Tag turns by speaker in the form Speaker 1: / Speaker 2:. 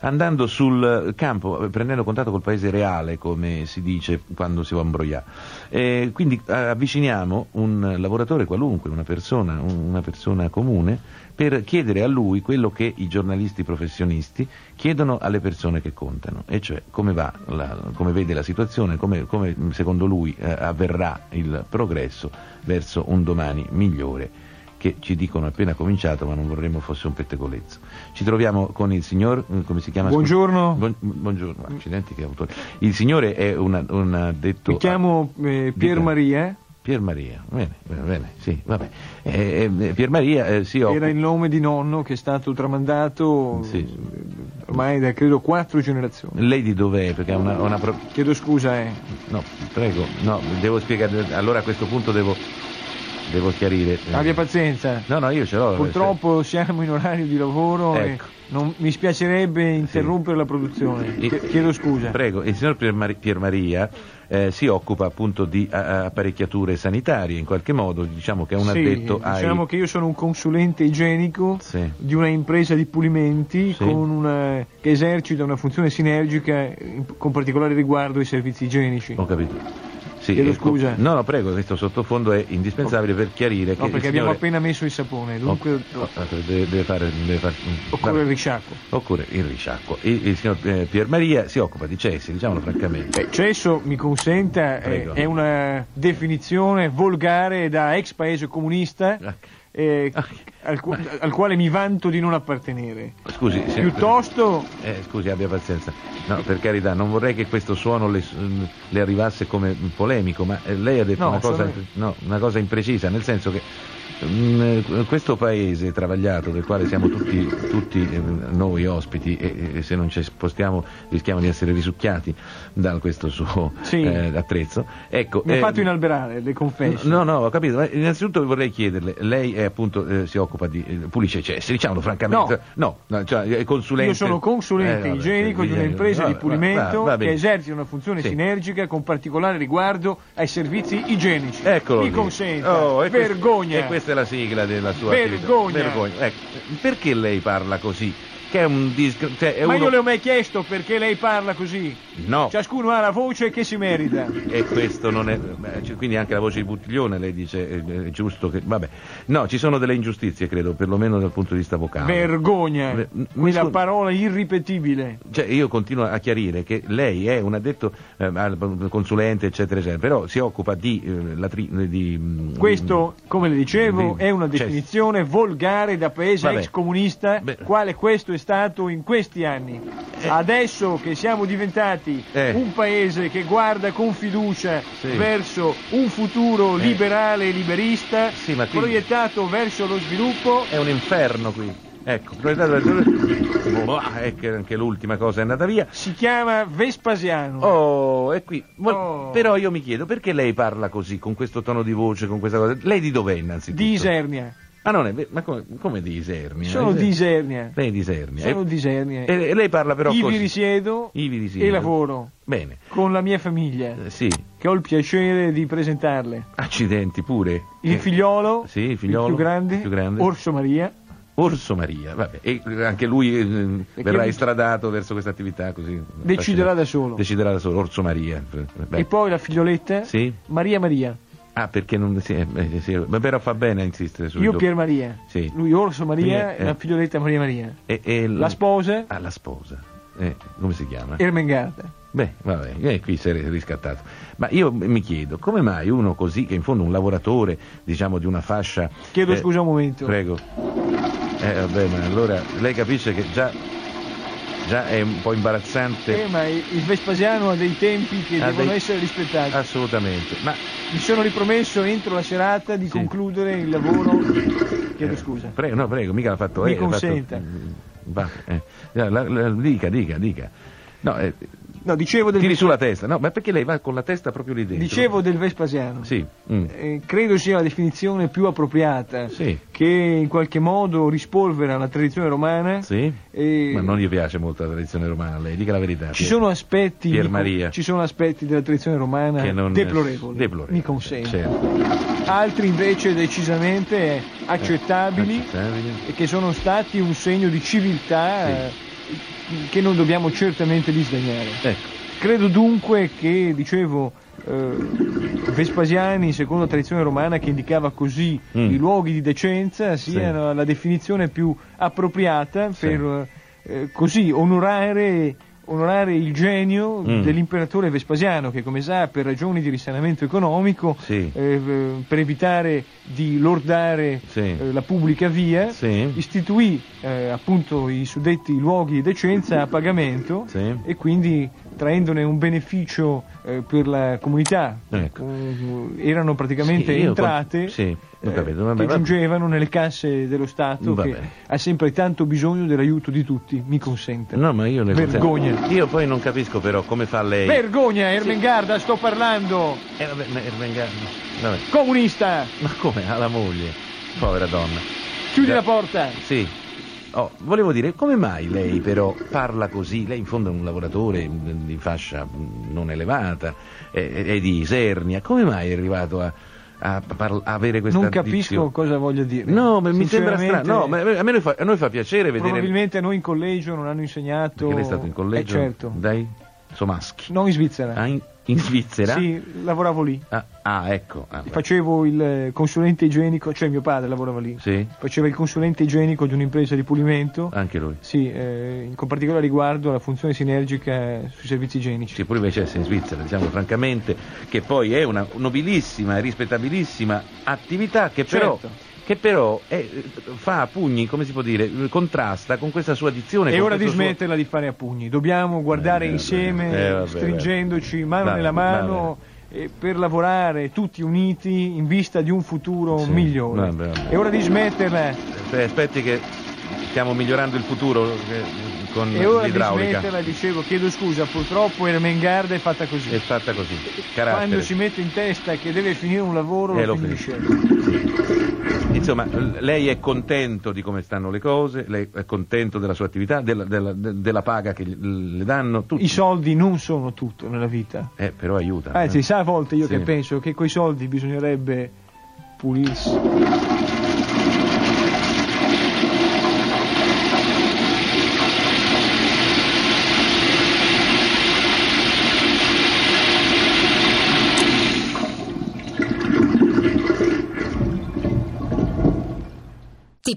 Speaker 1: andando sul campo, prendendo contatto col paese reale, come si dice quando si va a imbrogliare. Eh, quindi eh, avviciniamo un lavoratore qualunque, una persona, un- una persona comune, per chiedere a lui quello che i giornalisti professionisti chiedono alle persone che contano, e cioè come va, la- come vede la situazione, come, come, mh, secondo lui eh, avverrà il progresso verso un domani migliore che ci dicono è appena cominciato ma non vorremmo fosse un pettegolezzo. Ci troviamo con il signor, eh, come si chiama?
Speaker 2: Buongiorno.
Speaker 1: Buon- buongiorno, accidenti che autore. Il signore è una- un addetto...
Speaker 2: Mi chiamo eh, Pier
Speaker 1: Ecco. Dica.
Speaker 2: Maria,
Speaker 1: Pier Maria, bene, bene, bene, sì, vabbè. Eh, eh, Pier Maria eh, si occupa...
Speaker 2: era il nome di nonno che è stato tramandato
Speaker 1: Sì.
Speaker 2: eh, ormai da credo quattro generazioni.
Speaker 1: Lei di dov'è? Perché ha una... una pro-
Speaker 2: Chiedo scusa, eh.
Speaker 1: No, prego, no, devo spiegare, allora a questo punto devo, devo chiarire. eh.
Speaker 2: abbia pazienza.
Speaker 1: No, no, io ce l'ho.
Speaker 2: Purtroppo siamo in orario di lavoro
Speaker 1: Ecco.
Speaker 2: e non, mi spiacerebbe interrompere la produzione.
Speaker 1: Eh,
Speaker 2: Ch- Chiedo scusa.
Speaker 1: Prego, il signor Pier Mari- Pier Maria eh, si occupa appunto di a- apparecchiature sanitarie, in qualche modo, diciamo che è un
Speaker 2: Sì,
Speaker 1: addetto ai...
Speaker 2: diciamo che io sono un consulente igienico
Speaker 1: Sì.
Speaker 2: di una impresa di pulimenti
Speaker 1: Sì.
Speaker 2: con una- che esercita una funzione sinergica in- con particolare riguardo ai servizi igienici.
Speaker 1: Ho capito. Sì,
Speaker 2: Chiedo
Speaker 1: eh, co-
Speaker 2: scusa.
Speaker 1: No, no, prego, questo sottofondo è indispensabile per chiarire
Speaker 2: No,
Speaker 1: che
Speaker 2: perché
Speaker 1: il
Speaker 2: abbiamo
Speaker 1: signore...
Speaker 2: appena messo il sapone, dunque
Speaker 1: Oh, oh, ah, deve, deve fare... Deve fare...
Speaker 2: occorre il
Speaker 1: vabbè.
Speaker 2: risciacquo.
Speaker 1: Occorre il risciacco. Il, il signor eh, Pier Maria si occupa di cessi, diciamolo francamente.
Speaker 2: Beh, cesso, mi consenta, eh,
Speaker 1: Prego.
Speaker 2: è una definizione volgare da ex paese comunista
Speaker 1: Ah.
Speaker 2: eh,
Speaker 1: Ah.
Speaker 2: al, cu- al quale mi vanto di non appartenere.
Speaker 1: Scusi, signor-
Speaker 2: Piuttosto,
Speaker 1: Eh, scusi, abbia pazienza. No, per carità, non vorrei che questo suono le, mm, le arrivasse come polemico, ma eh, lei ha detto
Speaker 2: No,
Speaker 1: una, cosa,
Speaker 2: sono-
Speaker 1: no, una cosa imprecisa, nel senso che mm, questo paese travagliato del quale siamo tutti, tutti, eh, noi ospiti e, e se non ci spostiamo rischiamo di essere risucchiati da questo suo
Speaker 2: Sì.
Speaker 1: eh, attrezzo. Ecco,
Speaker 2: mi ha
Speaker 1: eh,
Speaker 2: fatto inalberare, le confesso.
Speaker 1: No, no, ho capito. Ma innanzitutto vorrei chiederle, lei è appunto eh, si occupa di eh, pulisce i cessi, diciamolo francamente. No, no, cioè è consulente.
Speaker 2: Io sono consulente
Speaker 1: Eh, vabbè,
Speaker 2: igienico
Speaker 1: sì,
Speaker 2: di un'impresa
Speaker 1: vabbè,
Speaker 2: di pulimento
Speaker 1: va- va
Speaker 2: che
Speaker 1: bene.
Speaker 2: esercita una funzione
Speaker 1: Sì.
Speaker 2: sinergica con particolare riguardo ai servizi igienici.
Speaker 1: Eccolo.
Speaker 2: Mi
Speaker 1: lì.
Speaker 2: consenta,
Speaker 1: Oh, e quest-
Speaker 2: vergogna.
Speaker 1: e questa è la sigla della sua
Speaker 2: Vergogna.
Speaker 1: attività. Vergogna. Ecco, perché lei parla così? Che è un disc... cioè, è
Speaker 2: Ma
Speaker 1: uno-
Speaker 2: io le ho mai chiesto perché lei parla così.
Speaker 1: No.
Speaker 2: Ciascuno ha la voce che si merita.
Speaker 1: E questo non è. beh, c- Quindi anche la voce di Buttiglione lei dice eh, è giusto che. Vabbè. No, ci sono delle ingiustizie, credo, perlomeno dal punto di vista vocale.
Speaker 2: Vergogna.
Speaker 1: Ver- mi
Speaker 2: Quella
Speaker 1: scusi.
Speaker 2: parola irripetibile.
Speaker 1: Cioè, io continuo a chiarire che lei è un addetto eh, al- consulente, eccetera, eccetera, però si occupa di, eh, la tri- di, mm,
Speaker 2: Questo, come le dicevo,
Speaker 1: Mm.
Speaker 2: è una
Speaker 1: Cioè-
Speaker 2: definizione volgare da paese
Speaker 1: Vabbè.
Speaker 2: ex comunista,
Speaker 1: Beh.
Speaker 2: quale questo è stato in questi anni. Adesso che siamo diventati
Speaker 1: Eh.
Speaker 2: un paese che guarda con fiducia
Speaker 1: Sì.
Speaker 2: verso un futuro
Speaker 1: Eh.
Speaker 2: liberale e liberista,
Speaker 1: Sì, ma quindi-
Speaker 2: proiettato verso lo sviluppo,
Speaker 1: È un inferno qui. Ecco, proiettato dal- Boh, è che anche l'ultima cosa è andata via.
Speaker 2: si chiama Vespasiano.
Speaker 1: Oh, è qui. Ma-
Speaker 2: Oh.
Speaker 1: Però io mi chiedo perché lei parla così, con questo tono di voce, con questa cosa. Lei di dov'è innanzitutto?
Speaker 2: Di Isernia.
Speaker 1: Ah, non è vero? Ma come, come di Isernia?
Speaker 2: Sono di Isernia.
Speaker 1: Lei è di Isernia.
Speaker 2: Sono
Speaker 1: E-
Speaker 2: di Isernia.
Speaker 1: E, e lei parla però
Speaker 2: Ivi
Speaker 1: così.
Speaker 2: risiedo
Speaker 1: Ivi risiedo.
Speaker 2: e lavoro
Speaker 1: Bene.
Speaker 2: con la mia famiglia,
Speaker 1: Eh, sì.
Speaker 2: che ho il piacere di presentarle.
Speaker 1: Accidenti pure.
Speaker 2: Il
Speaker 1: Eh.
Speaker 2: figliolo,
Speaker 1: Sì, il figliolo,
Speaker 2: più grande,
Speaker 1: il più grande.
Speaker 2: Orso Maria,
Speaker 1: Orso Maria, vabbè, e anche lui eh,
Speaker 2: E
Speaker 1: verrà
Speaker 2: chi-
Speaker 1: estradato verso questa attività così. eh,
Speaker 2: Deciderà da solo.
Speaker 1: Deciderà da solo, Orso Maria. Beh.
Speaker 2: e poi la figlioletta,
Speaker 1: Sì.
Speaker 2: Maria Maria.
Speaker 1: Ah, perché non si è, eh, sì, ma però fa bene a insistere su
Speaker 2: Io Pier Maria,
Speaker 1: Sì.
Speaker 2: lui Orso Maria
Speaker 1: Quindi,
Speaker 2: e
Speaker 1: eh.
Speaker 2: la figlioletta Maria Maria.
Speaker 1: e, e l-
Speaker 2: La sposa,
Speaker 1: Ah, la sposa. Eh, come si chiama?
Speaker 2: Ermengarda.
Speaker 1: Beh, vabbè, eh, qui si è riscattato. Ma io mi chiedo, come mai uno così, che in fondo è un lavoratore, diciamo, di una fascia...
Speaker 2: Chiedo
Speaker 1: eh,
Speaker 2: scusa un momento.
Speaker 1: Prego. Eh, vabbè, ma allora lei capisce che già, già è un po' imbarazzante...
Speaker 2: Eh, ma il Vespasiano ha dei tempi che
Speaker 1: Ah,
Speaker 2: devono
Speaker 1: dei- Ah.
Speaker 2: essere rispettati.
Speaker 1: Assolutamente, ma
Speaker 2: Mi sono ripromesso entro la serata di concludere il lavoro. Chiedo scusa.
Speaker 1: Eh. prego, no, prego, mica l'ha fatto
Speaker 2: Mi
Speaker 1: lei. l'ha fatto-
Speaker 2: consenta.
Speaker 1: Mm, Va, eh, la- la- dica, dica, dica. No, eh,
Speaker 2: No, dicevo del,
Speaker 1: tiri sulla testa, no, ma perché lei va con la testa proprio lì dentro?
Speaker 2: dicevo del Vespasiano.
Speaker 1: Sì, mm.
Speaker 2: Eh, credo sia la definizione più appropriata,
Speaker 1: Sì.
Speaker 2: che in qualche modo rispolvera la tradizione romana.
Speaker 1: Sì?
Speaker 2: E-
Speaker 1: Ma non gli piace molto la tradizione romana, lei dica la verità.
Speaker 2: Ci sono aspetti,
Speaker 1: Pier
Speaker 2: mi-
Speaker 1: Maria.
Speaker 2: ci sono aspetti della tradizione romana
Speaker 1: che non-
Speaker 2: eh, deplorevoli,
Speaker 1: deplorevoli,
Speaker 2: mi consente.
Speaker 1: certo. Eh,
Speaker 2: Altri invece decisamente accettabili,
Speaker 1: Accettabili.
Speaker 2: e che sono stati un segno di civiltà eh, che non dobbiamo certamente disdegnare.
Speaker 1: Ecco.
Speaker 2: Credo dunque che, dicevo, eh, Vespasiani, secondo la tradizione romana, che indicava così
Speaker 1: Mm.
Speaker 2: i luoghi di decenza, siano la definizione più appropriata
Speaker 1: Sì.
Speaker 2: per eh, così onorare, onorare il genio
Speaker 1: Mm.
Speaker 2: dell'imperatore Vespasiano, che come sa, per ragioni di risanamento economico,
Speaker 1: Sì.
Speaker 2: eh, v- per evitare di lordare
Speaker 1: Sì.
Speaker 2: eh, la pubblica via,
Speaker 1: Sì.
Speaker 2: istituì eh, appunto i suddetti luoghi di decenza a pagamento
Speaker 1: Sì.
Speaker 2: e quindi traendone un beneficio eh, per la comunità.
Speaker 1: Ecco.
Speaker 2: Un- erano praticamente
Speaker 1: Sì, io
Speaker 2: entrate eh,
Speaker 1: con- sì, ho capito, vabbè,
Speaker 2: che
Speaker 1: vabbè.
Speaker 2: giungevano nelle casse dello Stato
Speaker 1: Vabbè.
Speaker 2: che ha sempre tanto bisogno dell'aiuto di tutti, mi consente.
Speaker 1: No, ma io le
Speaker 2: Vergogna.
Speaker 1: Io poi non capisco però come fa lei.
Speaker 2: Vergogna, Ermengarda, sto parlando!
Speaker 1: eh, vabbè, ma Ermengarda- vabbè.
Speaker 2: Comunista!
Speaker 1: Ma come ha la moglie? Povera donna.
Speaker 2: Chiudi
Speaker 1: Già.
Speaker 2: la porta!
Speaker 1: Sì. Oh, volevo dire, come mai lei però parla così? Lei in fondo è un lavoratore mh, di fascia mh, non elevata, è, è di Isernia. Come mai è arrivato a, a par- a avere questa
Speaker 2: Non capisco
Speaker 1: addizione?
Speaker 2: cosa voglia dire.
Speaker 1: No, ma mi sembra
Speaker 2: Sinceramente,
Speaker 1: strano. No, ma a me fa, a noi fa piacere vedere...
Speaker 2: Probabilmente a noi in collegio non hanno insegnato.
Speaker 1: Perché lei è stato in collegio
Speaker 2: Eh, certo.
Speaker 1: dai Somaschi.
Speaker 2: Non in Svizzera.
Speaker 1: Ah, in, in Svizzera?
Speaker 2: Sì, lavoravo lì.
Speaker 1: Ah, ah, ecco. Ah, beh.
Speaker 2: Facevo il eh, consulente igienico, cioè mio padre lavorava lì.
Speaker 1: Sì,
Speaker 2: Faceva il consulente igienico di un'impresa di pulimento.
Speaker 1: anche lui.
Speaker 2: Sì, eh, con particolare riguardo alla funzione sinergica sui servizi igienici.
Speaker 1: Sì, pure invece essere in Svizzera, diciamo francamente, che poi è una nobilissima e rispettabilissima attività che però,
Speaker 2: Certo.
Speaker 1: che però è- fa a pugni, come si può dire, contrasta con questa sua dizione.
Speaker 2: È
Speaker 1: con
Speaker 2: ora di
Speaker 1: questo suo-
Speaker 2: smetterla di fare a pugni, dobbiamo guardare
Speaker 1: Eh, vabbè,
Speaker 2: insieme,
Speaker 1: eh, vabbè,
Speaker 2: stringendoci
Speaker 1: vabbè.
Speaker 2: mano
Speaker 1: Va
Speaker 2: nella
Speaker 1: bene, va
Speaker 2: mano, eh, per lavorare tutti uniti in vista di un futuro
Speaker 1: Sì,
Speaker 2: migliore.
Speaker 1: vabbè, vabbè.
Speaker 2: È ora di smetterla,
Speaker 1: Eh, aspetti che stiamo migliorando il futuro eh, con
Speaker 2: è ora di
Speaker 1: l'idraulica.
Speaker 2: smetterla, dicevo, chiedo scusa, purtroppo Ermengarda è fatta così.
Speaker 1: È fatta così,
Speaker 2: Quando
Speaker 1: carattere.
Speaker 2: si mette in testa che deve finire un lavoro
Speaker 1: Eh,
Speaker 2: lo
Speaker 1: lo
Speaker 2: finisce.
Speaker 1: Insomma, l- lei è contento di come stanno le cose, lei è contento della sua attività, della, della- de- della paga che gli- le danno, tutti.
Speaker 2: I soldi non sono tutto nella vita.
Speaker 1: Eh, però aiuta.
Speaker 2: Anzi,
Speaker 1: eh.
Speaker 2: sai, a volte io
Speaker 1: Sì.
Speaker 2: che penso che coi soldi bisognerebbe pulirsi.
Speaker 3: Ti